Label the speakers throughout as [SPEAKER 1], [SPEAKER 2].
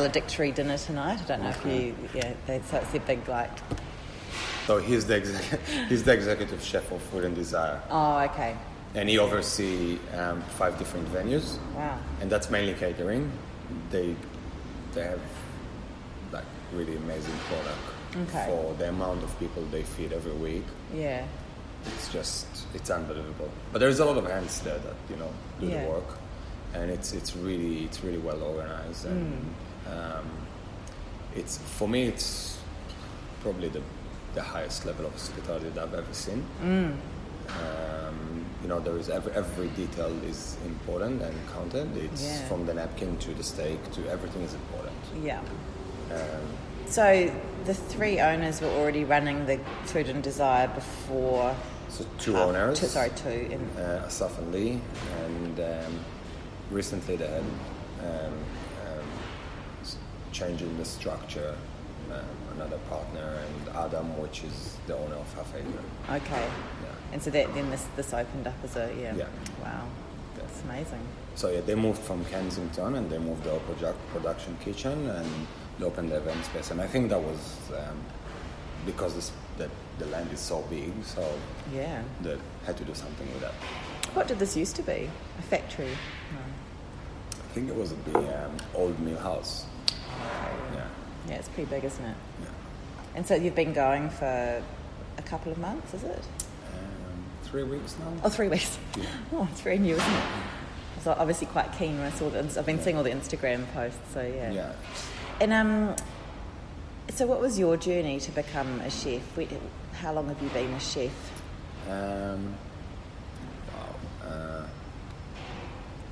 [SPEAKER 1] valedictory dinner tonight. I don't know if you, yeah, they, so it's their big like,
[SPEAKER 2] So he's the exec- he's the executive chef of Food and Desire,
[SPEAKER 1] oh, okay,
[SPEAKER 2] and he oversee um, five different venues,
[SPEAKER 1] wow.
[SPEAKER 2] and that's mainly catering. They they have like really amazing product
[SPEAKER 1] Okay.
[SPEAKER 2] for the amount of people they feed every week.
[SPEAKER 1] Yeah,
[SPEAKER 2] It's just it's unbelievable. But there's a lot of hands there that you know do
[SPEAKER 1] Yeah.
[SPEAKER 2] the work, and it's it's really it's really well organized, and
[SPEAKER 1] Hmm.
[SPEAKER 2] um, it's for me it's probably the the highest level of hospitality that I've ever seen.
[SPEAKER 1] Hmm.
[SPEAKER 2] Um, you know, there is every every detail is important and counted. It's
[SPEAKER 1] Yeah.
[SPEAKER 2] from the napkin to the steak to everything is important.
[SPEAKER 1] yeah. Um, so the three owners were already running the Food and Desire before.
[SPEAKER 2] So two
[SPEAKER 1] uh,
[SPEAKER 2] owners.
[SPEAKER 1] Two, sorry, two. In,
[SPEAKER 2] uh, Asaf and Lee, and um, recently they had um, um, s- change in the structure. Um, another partner and Adam, which is the owner of Half Acre.
[SPEAKER 1] okay.
[SPEAKER 2] Yeah.
[SPEAKER 1] And so that then this this opened up as a yeah.
[SPEAKER 2] Yeah.
[SPEAKER 1] Wow.
[SPEAKER 2] Yeah.
[SPEAKER 1] That's amazing.
[SPEAKER 2] So yeah, they moved from Kensington and they moved their project production kitchen and they opened the event space. And I think that was um, because this, the, the land is so big, so
[SPEAKER 1] Yeah.
[SPEAKER 2] they had to do something with that.
[SPEAKER 1] What did this used to be? A factory.
[SPEAKER 2] I think it was the um, old mill house. Yeah,
[SPEAKER 1] Yeah, it's pretty big, isn't it?
[SPEAKER 2] yeah.
[SPEAKER 1] And so you've been going for a couple of months, is it?
[SPEAKER 2] um, three weeks now.
[SPEAKER 1] Oh, three weeks.
[SPEAKER 2] Yeah.
[SPEAKER 1] Oh, it's very new, isn't it? So obviously quite keen when I saw the, I've been seeing all the Instagram posts, so yeah.
[SPEAKER 2] Yeah.
[SPEAKER 1] And um, so what was your journey to become a chef? Wh- How long have you been a chef?
[SPEAKER 2] Um, wow. Uh,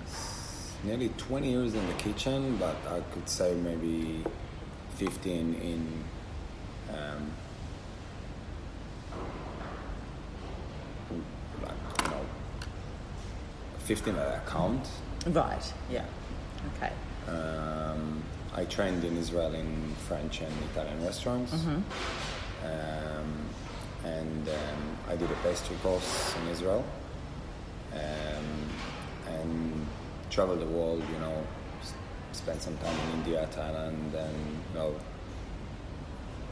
[SPEAKER 2] s- nearly 20 years in the kitchen, but I could say maybe 15 in um, like, you know, 15 that I count.
[SPEAKER 1] Right. Yeah. Okay.
[SPEAKER 2] Um, I trained in Israel in French and Italian restaurants.
[SPEAKER 1] Mm-hmm.
[SPEAKER 2] Um, and um, I did a pastry course in Israel. Um, and traveled the world, you know, s- spent some time in India, Thailand, and, you know,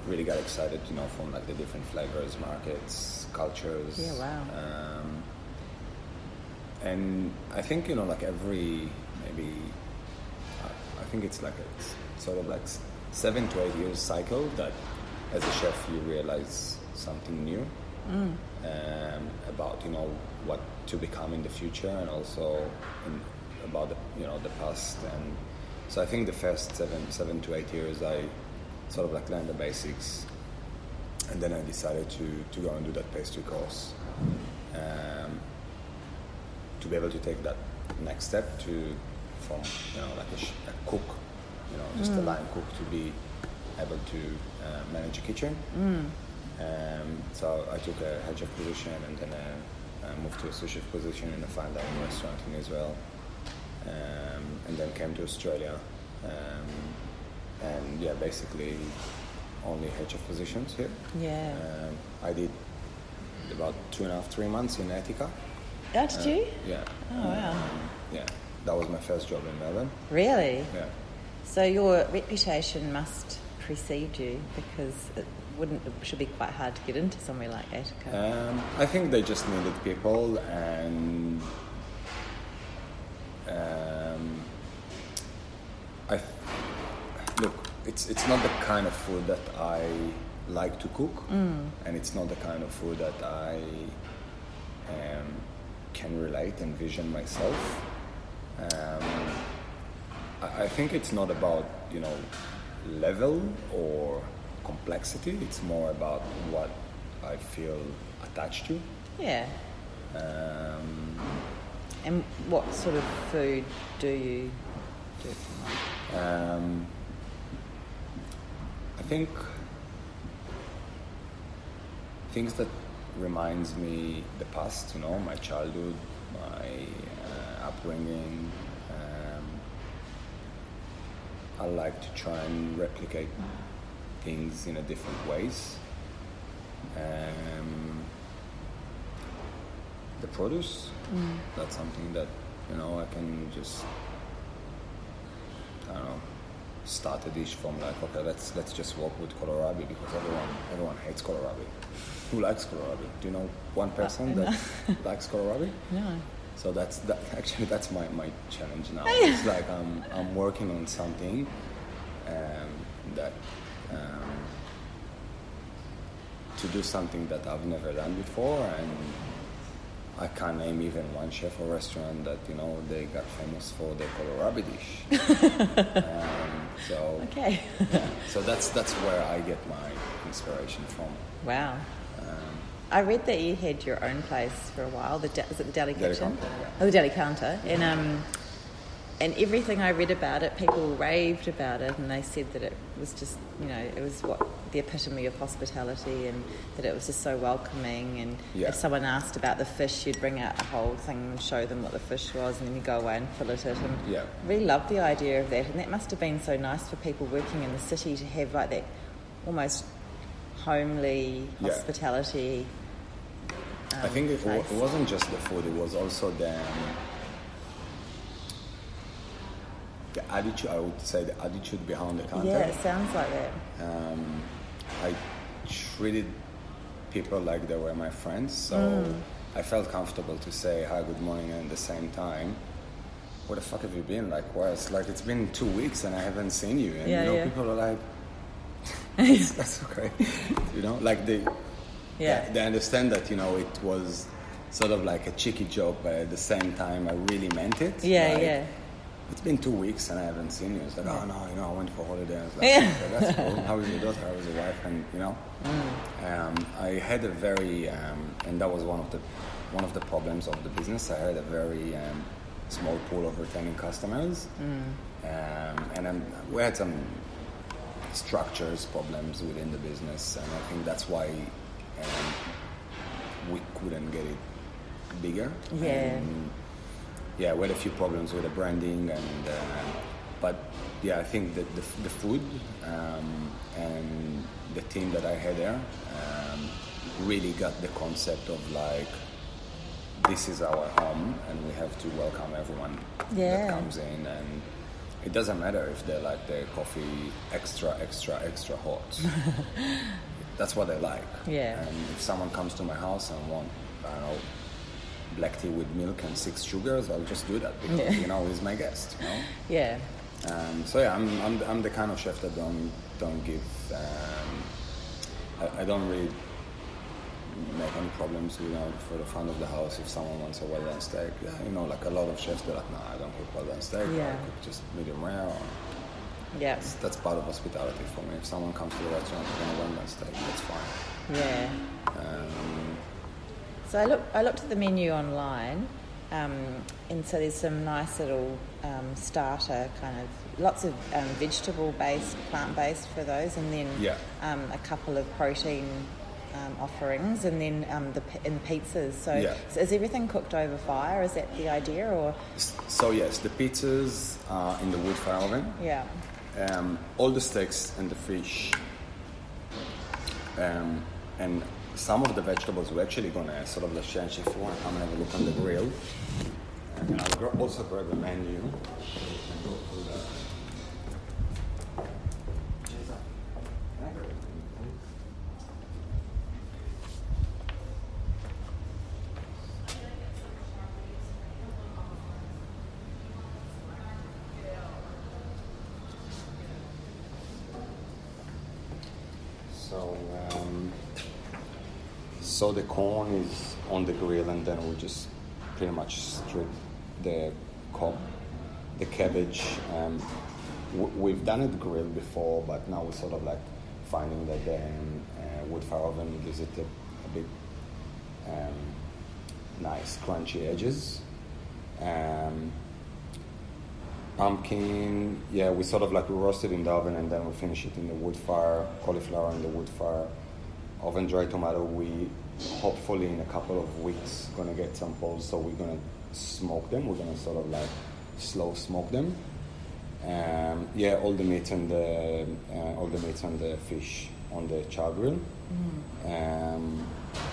[SPEAKER 2] really got excited, you know, from like the different flavors, markets, cultures.
[SPEAKER 1] Yeah, wow.
[SPEAKER 2] Um, and I think, you know, like every maybe I- I think it's like a s- sort of like s- seven to eight years cycle that as a chef you realize something new um, about you know what to become in the future and also in, about the you know the past and so I think the first seven seven to eight years I sort of like learned the basics and then I decided to, to go and do that pastry course um, to be able to take that next step to from you know like a, sh- a cook you know just a line cook to be able to uh, manage a kitchen um, so I took a head chef position and then I, I moved to a sous chef position in a fine dining restaurant in Israel um, and then came to Australia um, and yeah basically only head chef positions here
[SPEAKER 1] Yeah.
[SPEAKER 2] um, I did about two and a half three months in Attica
[SPEAKER 1] Oh, did you?
[SPEAKER 2] yeah.
[SPEAKER 1] Oh, wow.
[SPEAKER 2] Yeah. That was my first job in Melbourne.
[SPEAKER 1] Really?
[SPEAKER 2] Yeah.
[SPEAKER 1] So your reputation must precede you because it wouldn't it should be quite hard to get into somewhere like Attica.
[SPEAKER 2] Um, I think they just needed people and um, I th- look, it's it's not the kind of food that I like to cook and it's not the kind of food that I um, can relate and vision myself. Um, I I think it's not about you know level or complexity. It's more about what I feel attached to.
[SPEAKER 1] yeah.
[SPEAKER 2] Um,
[SPEAKER 1] And what sort of food do you do?
[SPEAKER 2] um, I think things that reminds me the past. You know, my childhood, my uh, upbringing. Um, I like to try and replicate things in a different ways. Um, the produce, that's something that you know I can just I don't know start a dish from like okay let's let's just work with kohlrabi because everyone everyone hates kohlrabi who likes kohlrabi do you know one person that likes kohlrabi
[SPEAKER 1] No.
[SPEAKER 2] so that's that actually that's my, my challenge now it's like I'm, I'm working on something um, that um, to do something that I've never done before and I can't name even one chef or restaurant that you know they got famous for their kohlrabi dish um, so
[SPEAKER 1] Okay.
[SPEAKER 2] yeah, so that's that's where I get my inspiration from.
[SPEAKER 1] wow. Um, I read that you had your own place for a while. The de- is it the Deli
[SPEAKER 2] Deli
[SPEAKER 1] Kitchen?
[SPEAKER 2] Counter, yeah.
[SPEAKER 1] Oh, the Deli Counter. And um, and everything I read about it, people raved about it, and they said that it was just you know it was what the epitome of hospitality, and that it was just so welcoming. And
[SPEAKER 2] Yeah.
[SPEAKER 1] if someone asked about the fish, you'd bring out a whole thing and show them what the fish was, and then you go away and fillet it. And
[SPEAKER 2] Yeah.
[SPEAKER 1] Really love the idea of that, and that must have been so nice for people working in the city to have like that almost homely
[SPEAKER 2] Yeah.
[SPEAKER 1] hospitality.
[SPEAKER 2] I think it, wa-
[SPEAKER 1] nice.
[SPEAKER 2] it wasn't just the food; it was also the um, the attitude. I would say the attitude behind the
[SPEAKER 1] Yeah,
[SPEAKER 2] content.
[SPEAKER 1] it sounds like that.
[SPEAKER 2] um, I treated people like they were my friends, so
[SPEAKER 1] Mm.
[SPEAKER 2] I felt comfortable to say hi, good morning, and at the same time, where the fuck have you been? Like, where? It's like it's been two weeks and I haven't seen you, and
[SPEAKER 1] Yeah,
[SPEAKER 2] you know,
[SPEAKER 1] yeah.
[SPEAKER 2] people are like, that's, that's okay, you know, like they,
[SPEAKER 1] Yeah.
[SPEAKER 2] they, they understand that you know it was sort of like a cheeky joke, but at the same time, I really meant it.
[SPEAKER 1] Yeah,
[SPEAKER 2] Like,
[SPEAKER 1] yeah.
[SPEAKER 2] It's been two weeks and I haven't seen you. It's like, oh no, you know, I went for holiday. I was like,
[SPEAKER 1] Yeah.
[SPEAKER 2] "Okay, that's cool. How is your daughter? How is your wife? And you know,
[SPEAKER 1] Mm.
[SPEAKER 2] um, I had a very, um, and that was one of the one of the problems of the business. I had a very um, small pool of retaining customers,
[SPEAKER 1] Mm.
[SPEAKER 2] um, and um, we had some structures problems within the business, and I think that's why um, we couldn't get it bigger.
[SPEAKER 1] Yeah.
[SPEAKER 2] And, yeah, we had a few problems with the branding, and uh, but yeah, I think that the, the food um, and the team that I had there um, really got the concept of like this is our home, and we have to welcome everyone
[SPEAKER 1] Yeah.
[SPEAKER 2] that comes in, and it doesn't matter if they like their coffee extra, extra, extra hot. That's what they like.
[SPEAKER 1] Yeah.
[SPEAKER 2] And if someone comes to my house and want, I don't know, black tea with milk and six sugars, I'll just do that because
[SPEAKER 1] Yeah.
[SPEAKER 2] you know he's my guest. You know.
[SPEAKER 1] Yeah.
[SPEAKER 2] Um, so yeah, I'm, I'm I'm the kind of chef that don't don't give. Um, I, I don't really make any problems. You know, for the front of the house, if someone wants a well done steak, yeah, you know, like a lot of chefs, they're like, no, I don't cook well done steak.
[SPEAKER 1] Yeah.
[SPEAKER 2] I cook just medium rare. Or,
[SPEAKER 1] Yeah.
[SPEAKER 2] that's part of hospitality for me. If someone comes to the restaurant and they want a well done steak, that's fine.
[SPEAKER 1] Yeah.
[SPEAKER 2] Um,
[SPEAKER 1] So I looked. I looked at the menu online, um, and so there's some nice little um, starter kind of lots of um, vegetable based, plant based for those, and then
[SPEAKER 2] Yeah.
[SPEAKER 1] um, a couple of protein. Um, offerings and then um, the p- and pizzas. So,
[SPEAKER 2] Yeah.
[SPEAKER 1] so is everything cooked over fire? Is that the idea, or
[SPEAKER 2] s- so yes, the pizzas are in the wood fire oven.
[SPEAKER 1] yeah,
[SPEAKER 2] um, all the steaks and the fish, um, and some of the vegetables. We're actually gonna sort of let change if you want. I'm gonna have a look on the grill, and I'll gr- also grab the menu. and go through that. So, um, so the corn is on the grill, and then we just pretty much strip the cob, the cabbage. Um, w- we've done it grilled before, but now we're sort of like finding that the um, uh, wood fire oven gives it a, a bit um, nice crunchy edges. Um, pumpkin. Yeah, we sort of like we roast it in the oven and then we finish it in the wood fire, cauliflower in the wood fire, oven dry tomato. We hopefully in a couple of weeks gonna get some polls, so we're gonna smoke them. We're gonna sort of like slow smoke them. Um, yeah, all the meat and the uh, all the meat and the fish on the char grill. Um,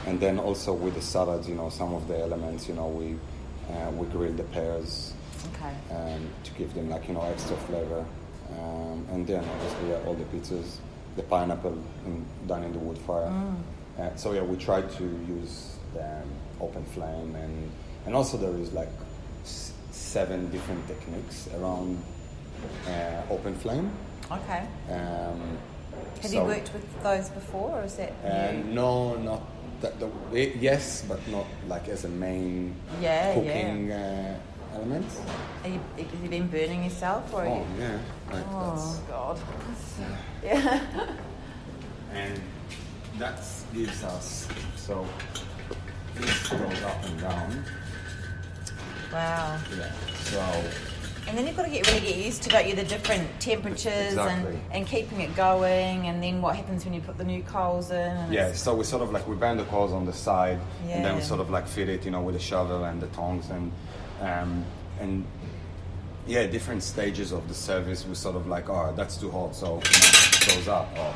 [SPEAKER 2] and then also with the salads, you know, some of the elements, you know, we uh, we grill the pears
[SPEAKER 1] okay,
[SPEAKER 2] um, to give them like you know extra flavor. Um, and then obviously yeah, all the pizzas, the pineapple in, done in the wood fire.
[SPEAKER 1] Mm.
[SPEAKER 2] Uh, so yeah, we try to use the um, open flame and and also there is like s- seven different techniques around uh, open flame.
[SPEAKER 1] Okay.
[SPEAKER 2] Um,
[SPEAKER 1] Have you
[SPEAKER 2] so-
[SPEAKER 1] worked with those before, or is that
[SPEAKER 2] uh,
[SPEAKER 1] new?
[SPEAKER 2] no, not that. The, eh, yes, but not like as a main
[SPEAKER 1] Yeah, yeah.
[SPEAKER 2] cooking Uh, element.
[SPEAKER 1] Are you, have you been burning yourself, or? Are
[SPEAKER 2] Oh
[SPEAKER 1] you,
[SPEAKER 2] yeah, like
[SPEAKER 1] oh
[SPEAKER 2] that's
[SPEAKER 1] God. yeah.
[SPEAKER 2] and that gives us so this goes up and down.
[SPEAKER 1] Wow.
[SPEAKER 2] Yeah. So
[SPEAKER 1] And then you've got to get really get used to, don't you, the different temperatures
[SPEAKER 2] Exactly.
[SPEAKER 1] and, and keeping it going, and then what happens when you put the new coals in. And
[SPEAKER 2] yeah,
[SPEAKER 1] it's-
[SPEAKER 2] so we sort of like we bend the coals on the side, and then we
[SPEAKER 1] Yeah.
[SPEAKER 2] sort of like feed it, you know, with a shovel and the tongs and um, and yeah, different stages of the service. We sort of like, oh, that's too hot, so you know, it goes up. Or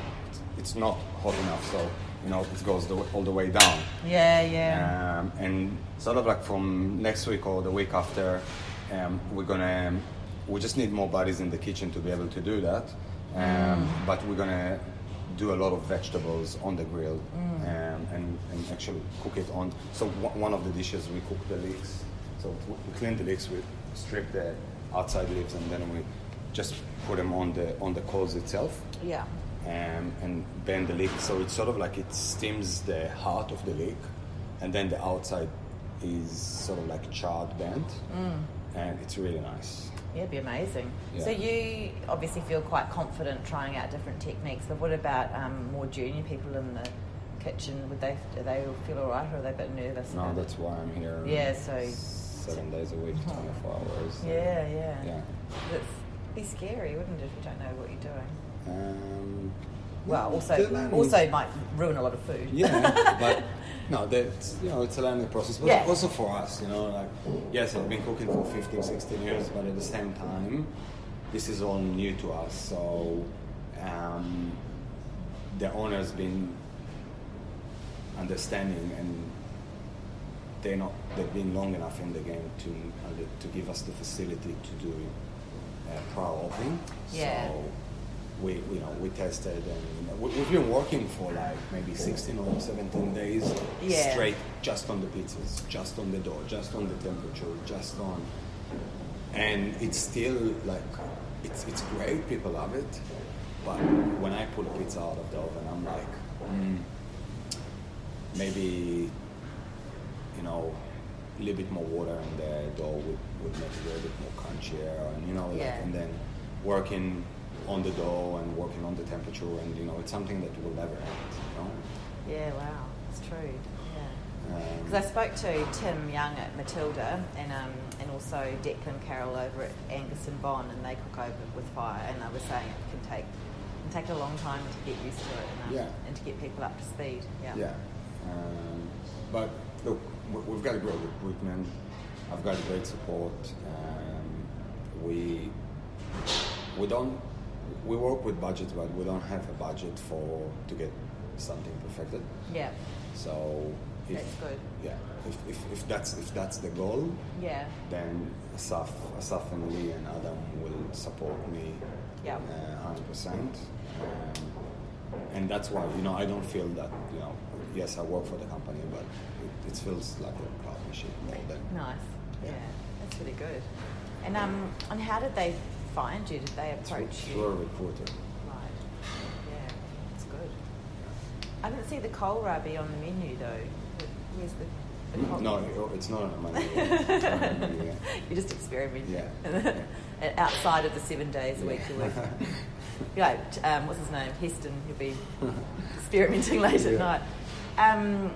[SPEAKER 2] it's not hot enough, so you know, it goes the, all the way down.
[SPEAKER 1] Yeah, yeah.
[SPEAKER 2] um, and sort of like from next week or the week after, um, we're gonna um, we just need more bodies in the kitchen to be able to do that. Um, But we're gonna do a lot of vegetables on the grill um, and, and actually cook it on. So one one of the dishes we cook the leeks. So we we clean the leeks, we strip the outside leaves, and then we just put them on the on the coals itself
[SPEAKER 1] Yeah.
[SPEAKER 2] um, and bend the leek. So it's sort of like it steams the heart of the leek, and then the outside is sort of like charred bent,
[SPEAKER 1] Mm.
[SPEAKER 2] and it's really nice.
[SPEAKER 1] Yeah, it'd be amazing. So
[SPEAKER 2] Yeah.
[SPEAKER 1] you obviously feel quite confident trying out different techniques, but what about um, more junior people in the kitchen? Would they do they all feel all right, or are they a bit nervous?
[SPEAKER 2] Now
[SPEAKER 1] about it?
[SPEAKER 2] that's why I'm here.
[SPEAKER 1] Yeah, so-
[SPEAKER 2] seven days a week, 24 hours.
[SPEAKER 1] Yeah, yeah.
[SPEAKER 2] Yeah.
[SPEAKER 1] It'd be scary, wouldn't it, if you don't know what you're doing?
[SPEAKER 2] Um,
[SPEAKER 1] Well,
[SPEAKER 2] yeah,
[SPEAKER 1] also
[SPEAKER 2] the learning-
[SPEAKER 1] also might ruin a lot of food.
[SPEAKER 2] yeah, but no, that's you know it's a learning process. But
[SPEAKER 1] Yeah.
[SPEAKER 2] also for us, you know, like yes, I've been cooking for 15, 16 years, but at the same time, this is all new to us. So um, the owner's been understanding, and they're not they've been long enough in the game to uh, to give us the facility to do uh, prowl opening.
[SPEAKER 1] Yeah.
[SPEAKER 2] So, we you know we tested and we, we've been working for like maybe 16 or 17 days
[SPEAKER 1] Yeah.
[SPEAKER 2] straight just on the pizzas just on the dough just on the temperature just on and it's still like it's it's great people love it but when i pull a pizza out of the oven i'm like mm, maybe you know a little bit more water in the dough would, would make it a little bit more crunchier and you know like,
[SPEAKER 1] Yeah.
[SPEAKER 2] and then working on the dough and working on the temperature and you know it's something that will never end
[SPEAKER 1] Yeah, wow, it's true. Yeah.
[SPEAKER 2] you know Um,
[SPEAKER 1] Because I spoke to Tim Young at Matilda and um, and also Declan Carroll over at Angus and Bond, and they cook over with fire. And I was saying it can take can take a long time to get used to it and, um,
[SPEAKER 2] Yeah.
[SPEAKER 1] and to get people up to speed. Yeah.
[SPEAKER 2] yeah um, but look we- we've got a great recruitment i've got great support um, we we don't we work with budgets but we don't have a budget for to get something perfected
[SPEAKER 1] Yeah.
[SPEAKER 2] So if,
[SPEAKER 1] That's good.
[SPEAKER 2] Yeah, if, if, if that's if that's the goal,
[SPEAKER 1] Yeah.
[SPEAKER 2] then Asaf, Asaf and Lee and Adam will support me. uh,
[SPEAKER 1] Yeah.
[SPEAKER 2] hundred percent. Um, And that's why you know I don't feel that you know yes I work for the company but it, it feels like a partnership more than
[SPEAKER 1] Nice. Yeah.
[SPEAKER 2] Yeah.
[SPEAKER 1] That's really good. And um, and how did they find you? Did they approach you?
[SPEAKER 2] You're a recruiter.
[SPEAKER 1] Right. Yeah. It's good. I didn't see the kohlrabi on the menu though. Where's the, the kohl-
[SPEAKER 2] No, it's not on my Um, yeah.
[SPEAKER 1] you just experiment.
[SPEAKER 2] Yeah.
[SPEAKER 1] Outside of the seven days a week
[SPEAKER 2] Yeah.
[SPEAKER 1] you work. you know, t- um, what's his name? Heston, he'll be experimenting late at
[SPEAKER 2] Yeah.
[SPEAKER 1] night. Um,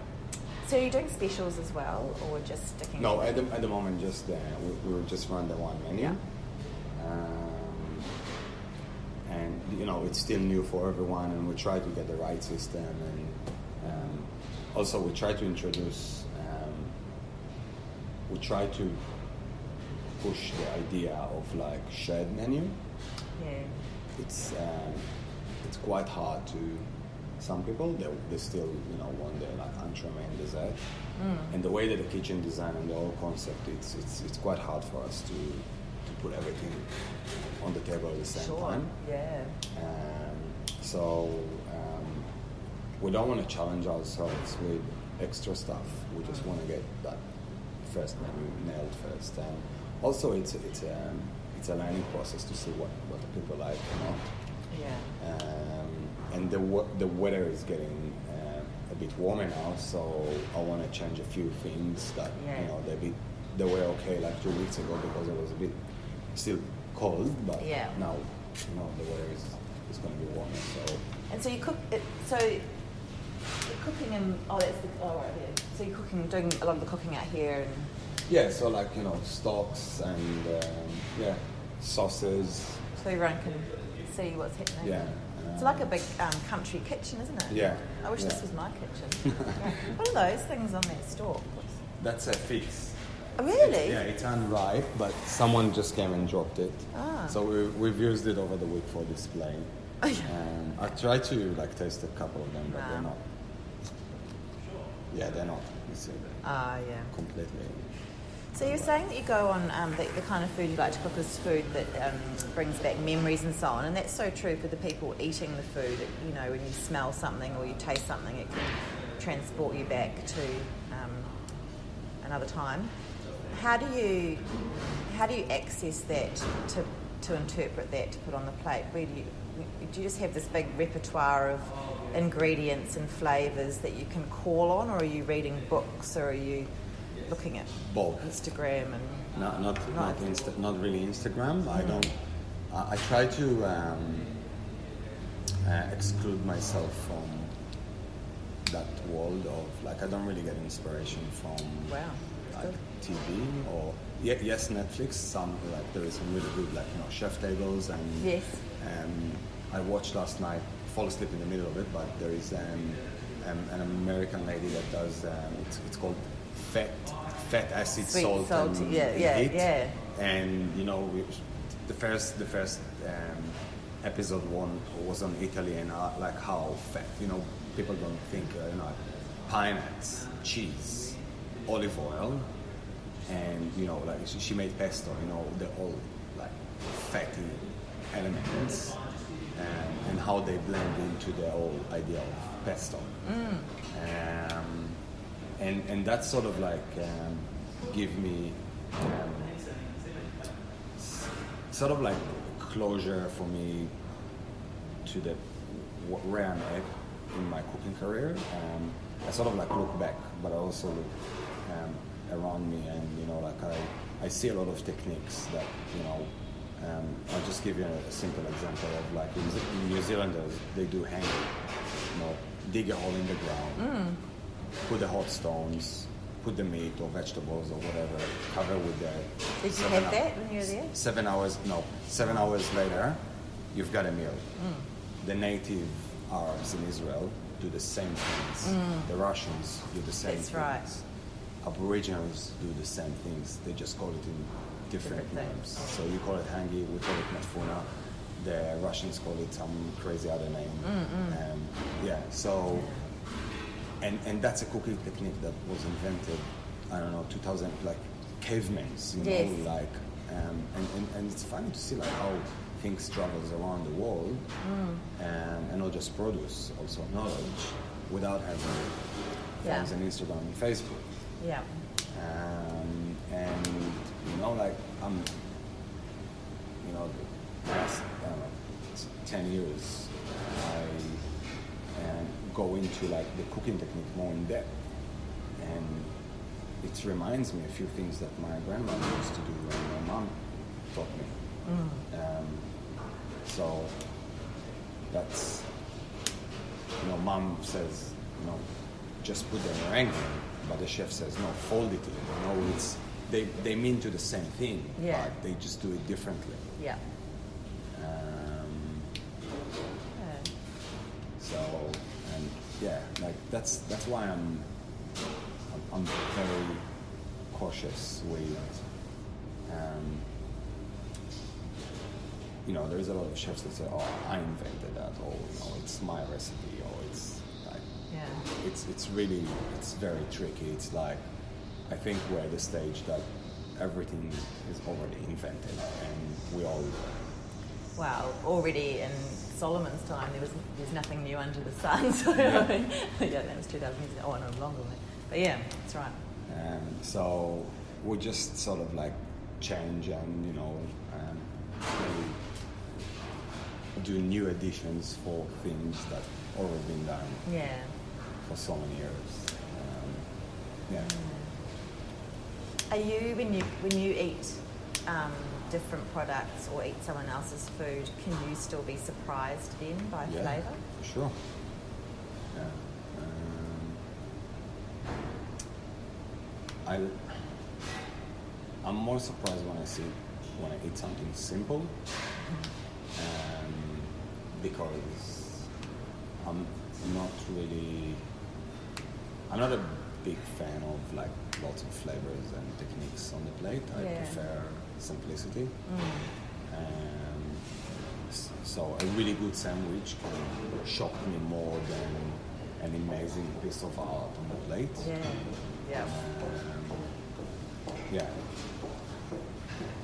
[SPEAKER 1] so you're doing specials as well, or just sticking?
[SPEAKER 2] No,
[SPEAKER 1] with-
[SPEAKER 2] at the, at the moment, just uh, we, we will just run the one menu.
[SPEAKER 1] Yeah.
[SPEAKER 2] Um, and you know, it's still new for everyone, and we try to get the right system, and um, also we try to introduce, um, we try to push the idea of like shared menu.
[SPEAKER 1] Yeah.
[SPEAKER 2] It's um, it's quite hard to some people. They, they still you know want their like entremet dessert.
[SPEAKER 1] Mm.
[SPEAKER 2] And the way that the kitchen design and the whole concept, it's, it's, it's quite hard for us to, to put everything on the table at the same
[SPEAKER 1] sure.
[SPEAKER 2] time.
[SPEAKER 1] Yeah.
[SPEAKER 2] Um, so um, we don't want to challenge ourselves with extra stuff. We just want to get that first menu nailed first. And also, it's it's a it's a learning process to see what what the people like or not.
[SPEAKER 1] Yeah.
[SPEAKER 2] Um, and the wa- the weather is getting um a bit warmer now, so I want to change a few things that
[SPEAKER 1] Yeah.
[SPEAKER 2] you know they bit they were okay like two weeks ago because it was a bit still cold, but
[SPEAKER 1] Yeah.
[SPEAKER 2] now you know the weather is is going to be warmer, so
[SPEAKER 1] And so you cook. It, so you're cooking and oh, that's the oh right here. So you're cooking, doing a lot of the cooking out here, and
[SPEAKER 2] yeah, so like you know stocks and um, yeah sauces,
[SPEAKER 1] so everyone can see what's happening.
[SPEAKER 2] yeah.
[SPEAKER 1] It's
[SPEAKER 2] um,
[SPEAKER 1] like a big um, country kitchen, isn't it?
[SPEAKER 2] Yeah,
[SPEAKER 1] I wish this
[SPEAKER 2] yeah.
[SPEAKER 1] was my kitchen. what are those things on that stalk? What's-
[SPEAKER 2] um, That's a fix.
[SPEAKER 1] Oh, really?
[SPEAKER 2] Yeah, it's unripe, but someone just came and dropped it.
[SPEAKER 1] Ah.
[SPEAKER 2] So we, we've used it over the week for display.
[SPEAKER 1] Oh, yeah.
[SPEAKER 2] um, I tried to like taste a couple of them, but they're
[SPEAKER 1] Wow.
[SPEAKER 2] not. Yeah, they're not. You see,
[SPEAKER 1] Ah, yeah.
[SPEAKER 2] completely.
[SPEAKER 1] So you're saying that you go on um, the, the kind of food you like to cook is food that um, brings back memories and so on, and that's so true for the people eating the food. It- You know, when you smell something or you taste something, it can transport you back to um, another time. How do you how do you access that to to interpret that to put on the plate? Where do you do you just have this big repertoire of ingredients and flavours that you can call on, or are you reading books, or are you looking at
[SPEAKER 2] Both.
[SPEAKER 1] Instagram and
[SPEAKER 2] Not not not Insta- not really Instagram. I
[SPEAKER 1] Mm-hmm.
[SPEAKER 2] don't. I, I try to um, uh, exclude myself from that world of like I don't really get inspiration from.
[SPEAKER 1] wow, that's
[SPEAKER 2] like
[SPEAKER 1] good.
[SPEAKER 2] TV or ye- yes, Netflix. Some like there is some really good like you know chef tables and
[SPEAKER 1] Yes.
[SPEAKER 2] Um, I watched last night. Fall asleep in the middle of it, but there is um, um, an American lady that does. Um, it's, it's called fat, fat acid
[SPEAKER 1] Sweet,
[SPEAKER 2] salt.
[SPEAKER 1] salty,
[SPEAKER 2] and,
[SPEAKER 1] yeah,
[SPEAKER 2] and
[SPEAKER 1] yeah,
[SPEAKER 2] heat.
[SPEAKER 1] yeah.
[SPEAKER 2] And you know, we, the first the first um, episode one was on Italy and uh, like how fat. You know, people don't think uh, you know pine nuts, cheese, olive oil, and you know like she, she made pesto. You know, they're all like fatty elements. Um, and how they blend into their whole idea of pesto um, and and that sort of like um, give me um, s- sort of like closure for me to the wh- where I'm at in my cooking career. Um, I sort of like look back, but I also look um, around me, and you know, like I, I see a lot of techniques that you know. Um, I'll just give you a, simple example of like in, Z- in New Zealanders they do hang, you know, dig a hole in the
[SPEAKER 1] Mm.
[SPEAKER 2] ground, put the hot stones, put the meat or vegetables or whatever, cover with the.
[SPEAKER 1] Did you
[SPEAKER 2] seven
[SPEAKER 1] have
[SPEAKER 2] up-
[SPEAKER 1] that when you were there?
[SPEAKER 2] seven hours no seven hours later you've got a meal the native arabs in israel do the same things the russians do the same
[SPEAKER 1] That's
[SPEAKER 2] things
[SPEAKER 1] right.
[SPEAKER 2] aboriginals do the same things they just call it in different,
[SPEAKER 1] Different
[SPEAKER 2] names
[SPEAKER 1] things.
[SPEAKER 2] so you call it hangi we call it matfuna the russians call it some crazy other name um, yeah so and and that's a cooking technique that was invented i don't know 2000 like cavemen you know
[SPEAKER 1] Yes.
[SPEAKER 2] like um, and, and, and it's funny to see like how things travels around the world
[SPEAKER 1] Mm.
[SPEAKER 2] um, and not just produce also knowledge without having
[SPEAKER 1] Yeah.
[SPEAKER 2] phones and instagram and facebook
[SPEAKER 1] Yeah,
[SPEAKER 2] um, and you know like i'm you know the last I don't know, t- 10 years i um, go into like the cooking technique more in depth and it reminds me a few things that my grandma used to do and my mom taught me um, so that's you know, mom says, you know, just put the meringue, in, but the chef says, no, fold it in. You know, it's they, they mean to the same thing,
[SPEAKER 1] Yeah.
[SPEAKER 2] but they just do it differently.
[SPEAKER 1] yeah.
[SPEAKER 2] Um,
[SPEAKER 1] Yeah.
[SPEAKER 2] so, and yeah, like that's that's why I'm I'm, I'm very cautious with. Um, you know, there's a lot of chefs that say, "Oh, I invented that," or you know, "It's my recipe," or "It's like
[SPEAKER 1] Yeah.
[SPEAKER 2] it's it's really it's very tricky. It's like I think we're at the stage that everything is already invented, and we all.
[SPEAKER 1] Wow, already in Solomon's time, there was there's nothing new under the sun. So yeah, that was 2000 years ago. Oh, no, longer than that. But yeah, that's right.
[SPEAKER 2] Um, so we just sort of like change and you know um, maybe do new additions for things that already been done
[SPEAKER 1] Yeah.
[SPEAKER 2] for so many years. Um, yeah.
[SPEAKER 1] Are you when you when you eat um, different products or eat someone else's food, can you still be surprised then by
[SPEAKER 2] yeah.
[SPEAKER 1] flavour?
[SPEAKER 2] Sure. Yeah. Um, I, I'm more surprised when um, I see when I eat something simple, um, because I'm not really. I'm not a big fan of like lots of flavors and techniques on the plate. I
[SPEAKER 1] Yeah.
[SPEAKER 2] prefer simplicity.
[SPEAKER 1] Mm.
[SPEAKER 2] Um, s- so a really good sandwich can shock me more than an amazing piece of art on the plate. Um,
[SPEAKER 1] Yeah. Yeah.
[SPEAKER 2] Yeah.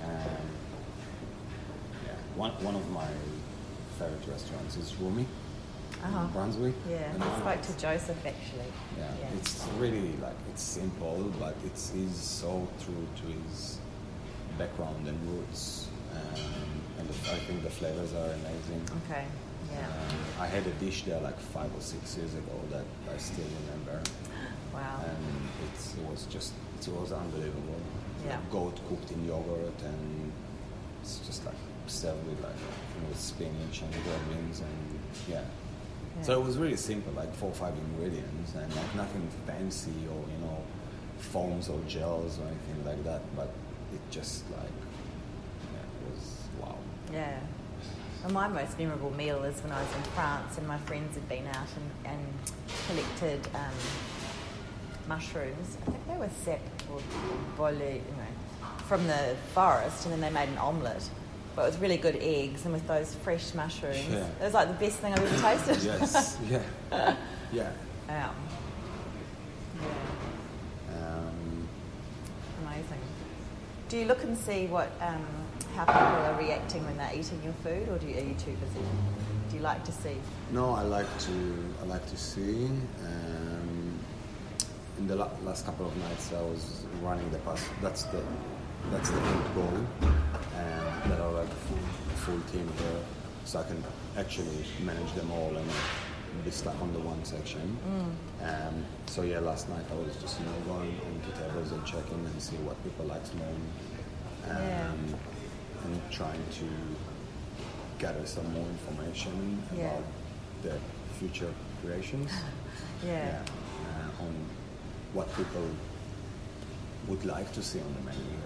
[SPEAKER 2] Um, yeah. One, one of my favorite restaurants is Rumi
[SPEAKER 1] Uh-huh.
[SPEAKER 2] in Brunswick.
[SPEAKER 1] Yeah.
[SPEAKER 2] And
[SPEAKER 1] I
[SPEAKER 2] I-
[SPEAKER 1] spoke to Joseph actually.
[SPEAKER 2] yeah, it's really like it's simple, but it's he's so true to his background and roots, um, and the, I think the flavors are amazing.
[SPEAKER 1] okay. Oh, Yeah.
[SPEAKER 2] Um, I had a dish there like five or six years ago that I still remember
[SPEAKER 1] Wow.
[SPEAKER 2] and it's, it was just it was unbelievable.
[SPEAKER 1] Yeah.
[SPEAKER 2] Goat cooked in yogurt and it's just like served with like you know, with spinach and green beans and yeah. So
[SPEAKER 1] Yeah.
[SPEAKER 2] it was really simple, like four or five ingredients and like nothing fancy or you know foams or gels or anything like that. But it just like yeah, it was wow.
[SPEAKER 1] Yeah. And my most memorable meal is when I was in France and my friends had been out and, and collected um, mushrooms. I think they were sap or bolu, you know, from the forest, and then they made an omelette. But it was really good eggs, and with those fresh mushrooms,
[SPEAKER 2] Yeah.
[SPEAKER 1] it was like the best thing I've ever tasted.
[SPEAKER 2] yes, yeah, yeah.
[SPEAKER 1] Um, yeah.
[SPEAKER 2] Um,
[SPEAKER 1] Amazing. Do you look and see what um, how people are reacting when they're eating your food, or do you, are you too busy? Do you like to see?
[SPEAKER 2] No, I like to. I like to see. Um, in the la- last couple of nights, I was running the pass. That's the that's the end goal. And there are like a full, a full team there, so I can actually manage them all and be stuck on the one section. Um, so yeah, last night I was just you know going onto tables and checking and see what people likes more, um,
[SPEAKER 1] Yeah.
[SPEAKER 2] and trying to gather some more information
[SPEAKER 1] Yeah.
[SPEAKER 2] about the future creations.
[SPEAKER 1] Yeah.
[SPEAKER 2] Uh, on what people would like to see on the menu.